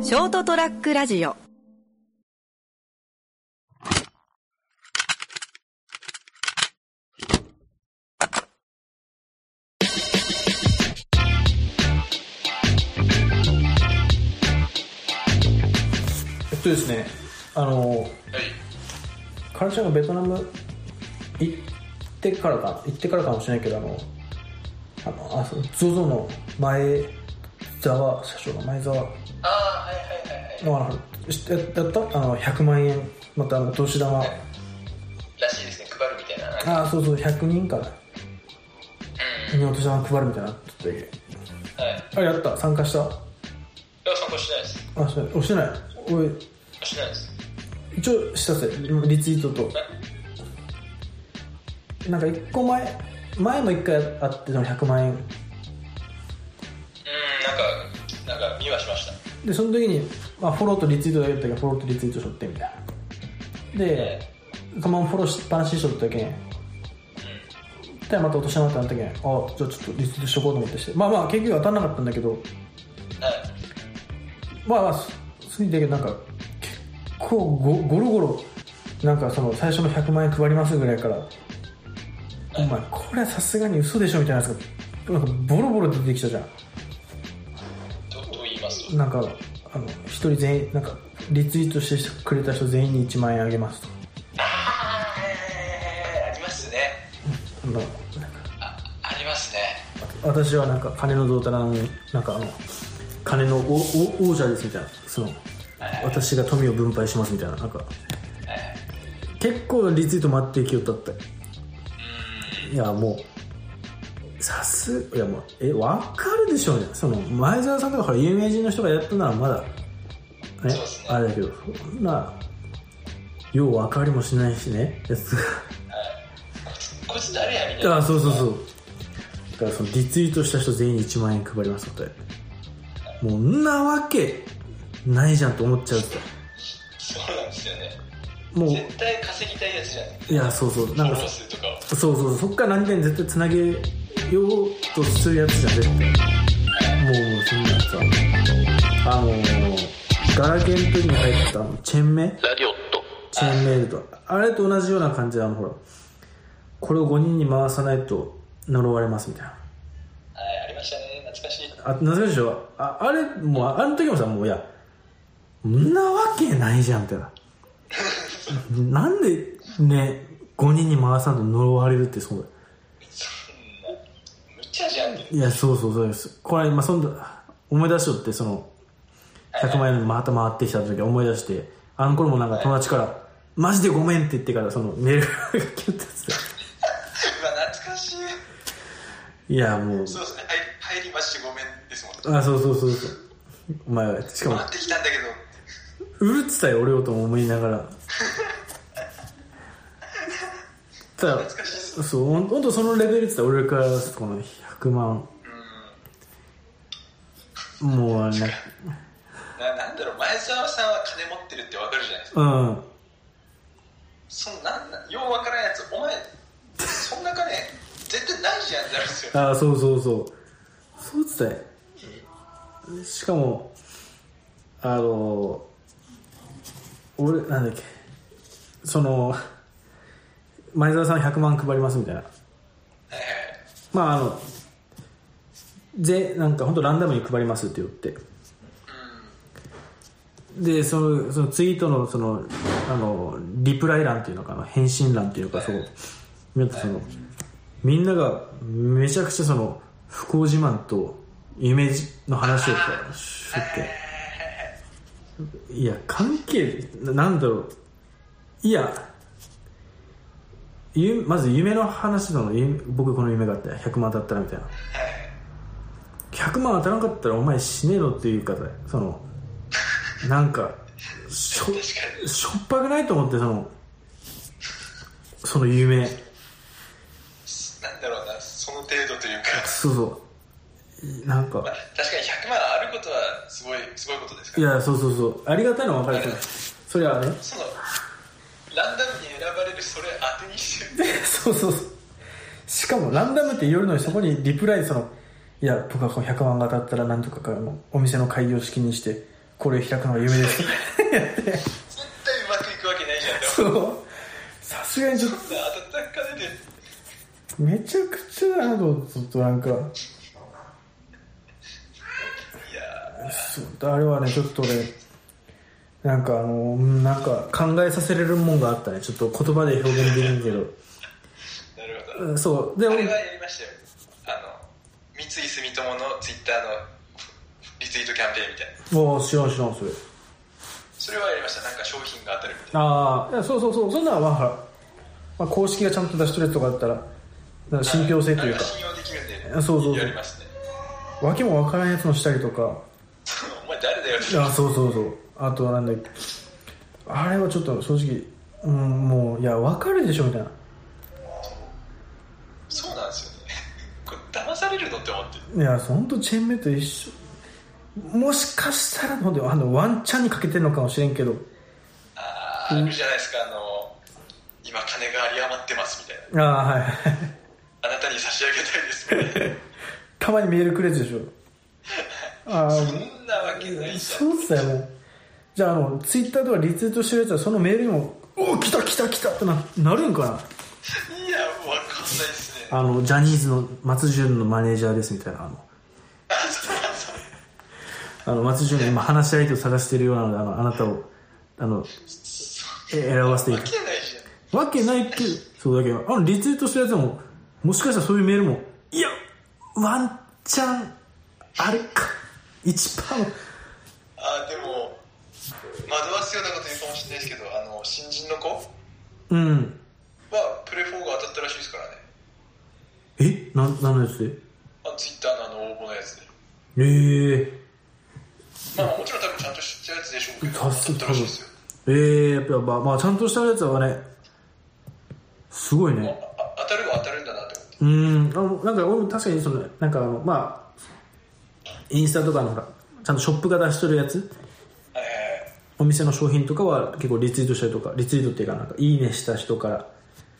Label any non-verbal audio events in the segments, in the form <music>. ショートトラックラジオえっとですね、あの、カルちゃんがベトナム行ってからか、行ってからかもしれないけど、あの、あの、あそう ZOZO の前澤、社長の前澤ああ、はいはいはいはい。の、あの、知ってやったあの、100万円、またあの、投資玉、らしいですね、配るみたいな。あ、そうそう、100人かな、うにお年玉配るみたいなのあった時ん。はい。いあ、やった、参加した。や、参考しないです。あ、それ、押してない。俺、しないです。一応したぜ、リツイートと。なんか一個前、前も一回あって、その100万円。うん、なんか、なんか見はしました。でその時に、まあ、フォローとリツイートだけだったけどフォローとリツイートしとってみたいなでそのままフォローしっぱなしにしとったけんでまた落としなかったけんあじゃあちょっとリツイートしとこうと思ってしてまあまあ結局当たんなかったんだけどはい。まあまあすすぎだけどなんか結構ごゴロゴロなんかその最初の100万円配りますぐらいからお前これはさすがに嘘でしょみたいなやつがなんかボロボロ出てきたじゃんどどう言いますと。なんかあの一人全員なんかリツイートしてくれた人全員に1万円あげますと <laughs> ああ、ありますね。あのあ、ありますね。私はなんか金の胴体なのになんかあの金のおお王者ですみたいなその私が富を分配しますみたいななんか結構リツイート待ってきよったっていやもうさすいやもうえわかるでしょうねその前澤さんとかほら有名人の人がやったならまだねそうですねあれだけどそんなよう分かりもしないしねやつがこいつ、こいつ誰やみ <laughs> たいな。あそうそうそうだからそのリツイートした人全員に1万円配りますってもうんなわけないじゃんと思っちゃうってそうなんですよね。もう絶対稼ぎたいやつじゃん。フいやそうそうなんォかロー数とかを。そそうそうそっから何かに絶対つなげようとするやつじゃん絶対もうもうそんなやつはあのガラケーの時に入ったあのチェーンメラディオット。チェーンメールとあれと同じような感じであのほらこれを5人に回さないと呪われますみたいなはい、ありましたね。懐かしい。あ、懐かしいでしょああれ、もう、ああの時もさ、もう、いや、んなわけないじゃん、みたいな。 <laughs> なんで、ね、5人に回さんと呪われるって、そうそんな、無茶じゃん。はいいや、そうそうそうです。これ、まあ、そんな、思い出しとって、その、100万円また回ってきた時思い出して、あの頃もなんか友達から、マジでごめんって言ってから、その、メールが来たやつでうわ、懐かしい。いや、もう、そうですね。入り、入りましてごめんですもん。あ、そうそうそうそう。お前、しかも、回ってきたんだけうど。るつたよ俺をと思いながらただ懐かしいっすそうほんほんとそのレベルって言ったら俺からするとこの100万もうねななんだろう前澤さんは金持ってるってわかるじゃないですかうんそんなんなんようわからんやつお前そんな金絶対ないじゃんってなるんですよああそうそうそうそうっつったよしかもあの俺なんだっけその前澤さん100万配りますみたいなはいまああのぜなんか本当ランダムに配りますって言ってでそのそのツイートのそのあのリプライ欄っていうのかな返信欄っていうのかそう見るとそのみんながめちゃくちゃその不幸自慢と夢の話をこうしとっていや関係ななんだろういやゆまず夢の話なのゆ僕この夢があって100万当たったらみたいな100万当たらなかったらお前死ねろっていう方そのなんかしょしょっぱくないと思ってそのその夢なんだろうなその程度というか、そうそうなんまあか、確かに100万あることはすごいすごいことですかいらやそうそうそうありがたいのは分かるけどそれはね <laughs> そのランダムに選ばれるそれ当てにしてるそうそうそう。しかもランダムって入れるのにそこにリプライその、いや、僕はこの100万が当たったらなんとかかのお店の開業式にして、これを開くのが夢です。やって。絶対うまくいくわけないじゃんでもそう。さすがにちょっと、そんな温かいでめちゃくちゃだなと思って、ちょっとなんか、いやそうあれはね、ちょっと俺、なんかあの、うんなんか考えさせれるもんがあったね。ちょっと言葉で表現できんけど。ーなるほどうんそう。で、あれ俺はやりましたよあの三井住友のツイッターのリツイートキャンペーンみたいなもう知らん知らん、それ。それはやりましたなんか商品が当たるみたいああ、いやそうそうそう。そんなのはまあ、まあ、公式がちゃんと出しとるやつとかあったら、なんかな信憑性というかあれは、信用できるんでそうそうそうやりますねわけもわからんやつのしたりとか、そのお前誰だよってあそうそうそうあとはなんだっけあれはちょっと正直、うん、もういや分かるでしょみたいなそうなんですよねこれ騙されるのって思っていやほんとチェーンメイト一緒もしかしたらもうあのワンチャンにかけてるのかもしれんけどあーあるじゃないですかあの今金が有り余ってますみたいなああはい <laughs> あなたに差し上げたいですみたいなたまにメールくれるでしょあそあんなわけないじゃんそうっすよもうじゃああのツイッターとかリツイートしてるやつはそのメールにも「おお来た来た来た」ってななるんかいやわかんないですねなあのジャニーズの松潤のマネージャーですみたいなあのあの松潤が今話し相手を探しているようなのであのあなたをあのえ選ばせていわくけないじゃんわけないけどそうだけどあのリツイートしたやつももしかしたらそういうメールもいやワンチャンあれか1%のあーでも惑わすようなこと言うかもしれないですけどあの新人の子うんはプレフォーが当たったらしいですからねえな何のやつであツイッターのあの応募のやつでええまあもちろん多分ちゃんと知ってるやつでしょうけ多ど当た分ったらしいですよええやっぱ、まあ、まあちゃんとしたやつはねすごいあねあ当たるは当たるんだなって思ってうんあのなんか俺も確かにそのなんかあのまあインスタとかのほらちゃんとショップが出しとるやつえお店の商品とかは結構リツイートしたりとかリツイートっていうかなんかいいねした人から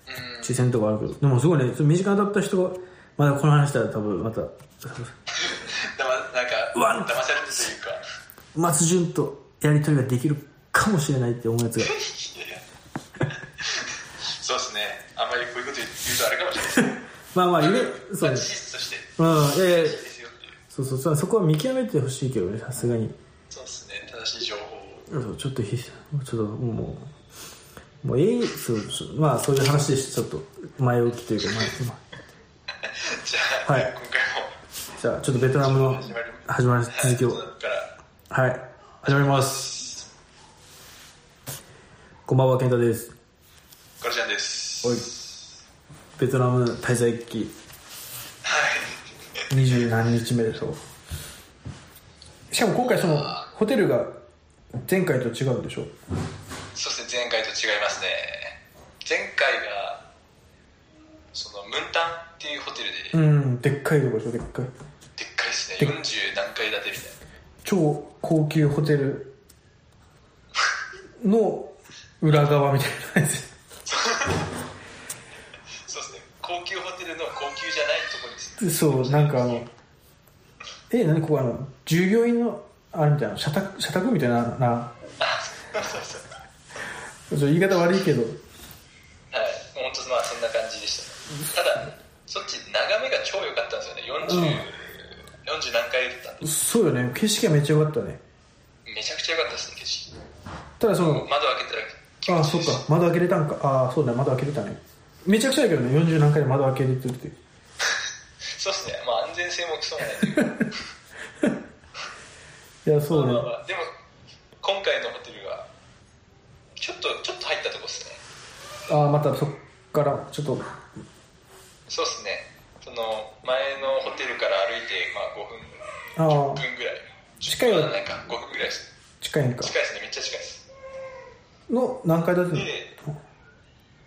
えうん抽選とかあるけどでもすごいねその身近に当たった人がまだこの話したら多分まただまなんかわん騙されるというか松潤とやり取りができるかもしれないって思うや <laughs> つがそうですねあんまりこういうこと言うとあれかもしれないですまあまあ夢そうまあね事実としてうんいやいや事実ですよっていうそうそうそうそこは見極めてほしいけどねさすがにそうですね正しい情報をそうちょっとひちょっともうもうええそうそうまあそういう話でしたちょっと前置きというか前、まあ、じゃあ、はい今回もじゃあちょっとベトナムの始まり始まり続きをはいからはい始まりますこんばんは健太ですゴロちゃんですおいベトナム滞在期はい二十何日目でしょしかも今回そのホテルが前回と違うでしょそして前回と違いますね前回がそのムンタンっていうホテルで、うんでっかいとこでしょでっかいでっかいですねで40何階建てみたいな超高級ホテルの裏側みたいなやつそうですね高級ホテルの高級じゃないところですそうなんかあのえ何ここあの従業員のあれみたいな社宅社宅みたいななあそうそうそうちょっと言い方悪いけどはい本当まあそんな感じでしたただそっち眺めが超良かったんですよね40、うん40何階だったんでそうよね景色がめっちゃ良かったねめちゃくちゃ良かったですね景色ただその窓開けたら気あ持あちそいいっしか窓開けれたんかああそうだ窓開けれたねめちゃくちゃだけどね40何回で窓開けれてるっていうそうですねまあ安全性もクソもないというかいやそうねまあまあまあでも今回のホテルはちょっとちょっと入ったとこですねああまたそっからちょっとそうですねその前のホテルから歩いて、まあ、5分ああ10分ぐらい近いわなんか5分ぐらいです近いんか近いですねめっちゃ近いですの何階建てで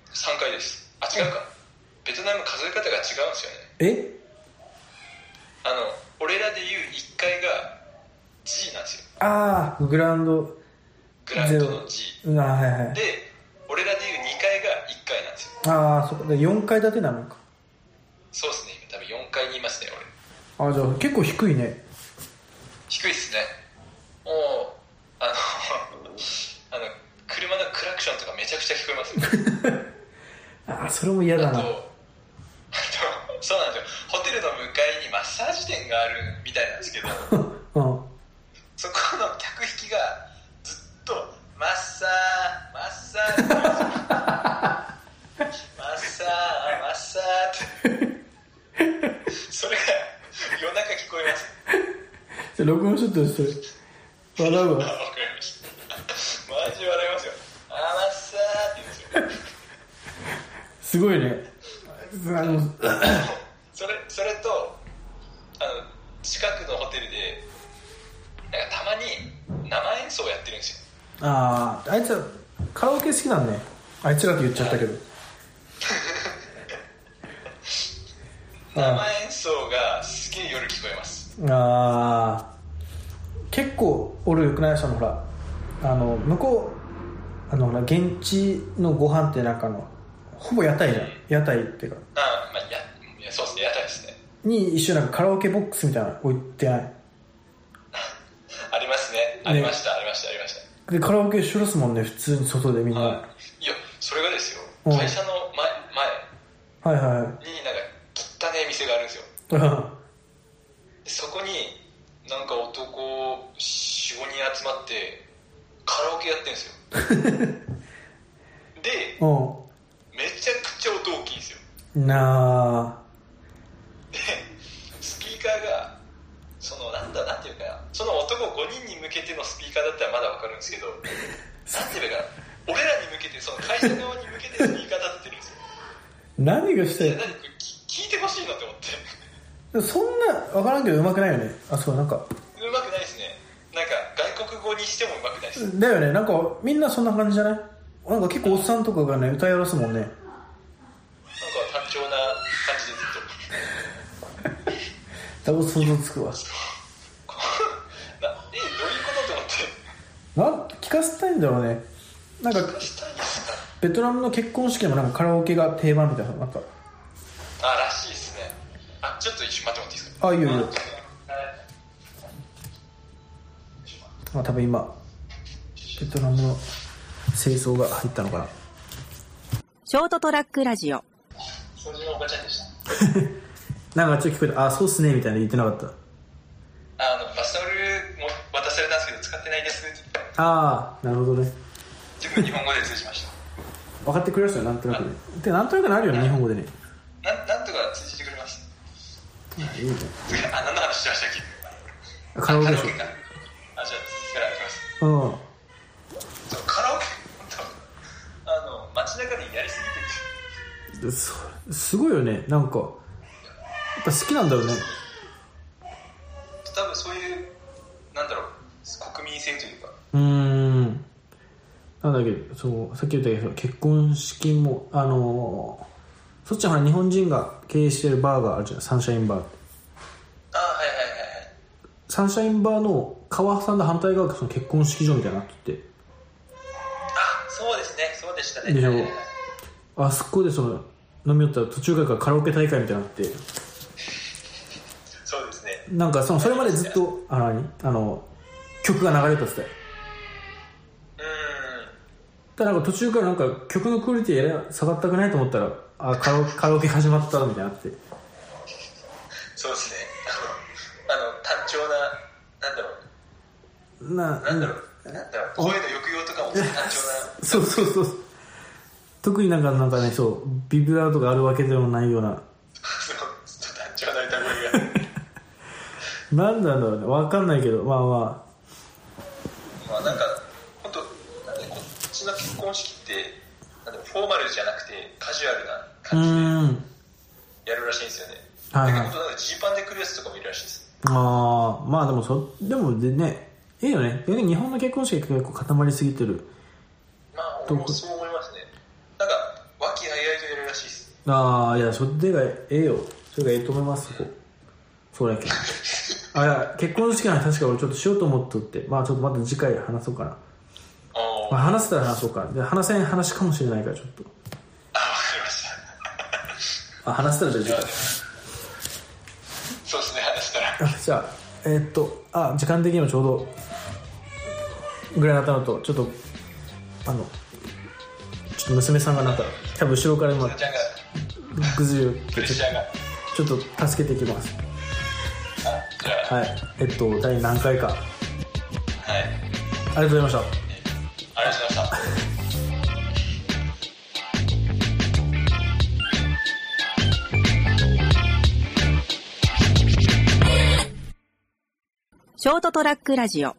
3階ですあ違うかベトナム数え方が違うんですよえねあの俺らで言う1階が G なんですよああグラウンドグラウンドの G うんああはいはいで俺らで言う2階が1階なんですよああそっかで4階建てなのかそうですね今多分4階にいますね俺ああじゃあ結構低いね低いっすねもうああそれも嫌だ <laughs> あとなあとそうなんですよホテルの向かいにマッサージ店があるみたいなんですけどうんそこの客引きがずっとマッサーマッサーって言うんですよマッサーマッサーってそれが夜中聞こえますじゃあ録音ちょっとして笑うあわわかりましたマジ笑いますよあーマッサーって言うんですよすごいねあのそれそれとあの近くのホテルでなんかたまに生演奏をやってるんですよあああいつらカラオケ好きなんねあいつらって言っちゃったけどあ生演奏がすげえ夜聞こえますーあー結構俺よくないそのほらあの向こうあのほら現地のご飯ってなんかあのほぼ屋台じゃん屋台っていうかあまあいやいやそうですね屋台ですねに一緒になんかカラオケボックスみたいなの置いてないありますねありました、ありましたありましでカラオケしろすもんね普通に外でみんたな、はい、いやそれがですようん会社の前はい、はいはい前になんか汚ねえ店があるんですようでそこになんか男45人集まってカラオケやってるんですよ <laughs> でんめちゃくちゃ音大きいんですようんなでスピーカーがそのなんだなんていうかなその男5人に向けてのスピーカーだったらまだわかるんですけどなんていうかな俺らに向けてその会社側に向けてスピーカーだってるんですよあ何がしたでい何これ聞聞いてほしいなと思ってそんな分からんけどうまくないよねあそうなんかうまくないですねなんか外国語にしてもうまくないですだよねなんかみんなそんな感じじゃないなんか結構おっさんとかがね歌いやらすもんねなんか単調な感じでずっと <laughs> だいぶ想像つくわこうなえどういうことと思っなんて聞かせたいんだろうねなんかどうしたいんですかベトナムの結婚式でもなんかカラオケが定番みたいななんかあらしいですねあちょっと一瞬待ってもらっていいですかあいいよいいよはいあ多分今ベトナムの清掃が入ったのかなショートトラックラジオ。掃除のおばちゃんでしたなんかちょっと聞こえたあそうっすねみたいな言ってなかったあのバスタオルも渡されたんですけど使ってないですってああなるほどね自分日本語で通じました分かってくれましたよなんとなくねでなんとなくなるよね日本語でねなんなんとか通じてくれますあいいね次あ何の話してましたっけカラオケでしょかあじゃあ次からいきますうんそうカラオケ本当あの街中でやりすぎててすすごいよねなんかやっぱ好きなんだろうね多分そういうなんだろう国民性というかうーんなんだっけそうさっき言ったけど結婚式もあのーそっちはほら日本人が経営してるバーがあるじゃんサンシャインバーってあはいはいはいはいサンシャインバーの川挟んだ反対側がその結婚式場みたいになっててあそうですねそうでしたねでしょはいはいはいあそこでその飲み寄ったら途中からカラオケ大会みたいになってそうですねなんかそのそれまでずっとあの何あの曲が流れてたってうーんただなんか途中からなんか曲のクオリティやら下がったくないと思ったらあカラオカラオケ始まったみたいになってそうですねあのあの単調ななんだろなうなんだろう、なんだろう、声の抑揚とかも単調な、そうそうそう特になんかなんかねそうビブラートがあるわけでもないようなそのちょっと単調な歌声が。なんなんだろうねわかんないけどまあま <laughs> まあなんか、本当なんでこっちの結婚式って、なんだろうフォーマルじゃなくてカジュアルなあう感じーんでやるらしいんですよね。はいはいだけど、なんかジーパンで来るやつとかもいるらしいです。あーまあでもそでもでねいいよね逆に日本の結婚式が結構固まりすぎてるまあ、ど俺こもそう思いますね。なんか、和気あいあいとやるらしいです。ああいやそれがええよそれがええと思いますそこそうだけあいや結婚式は確か俺ちょっとしようと思っとってまあちょっとまた次回話そうかな、まあーあ、あ、わか話せたら話そうかで話せん話かもしれないからちょっとりました。あ話せたらじゃあ次回そうですね、<laughs> 話したら。あじゃあえーっとあ時間的にもちょうどぐらいだったのとちょっとあのちょっと娘さんがなんか多分後ろから今ちゃんが崩れるプレッシャーがちょっと助けていきますはいえっと第何回かはいありがとうございましたありがとうございましたショートトラックラジオ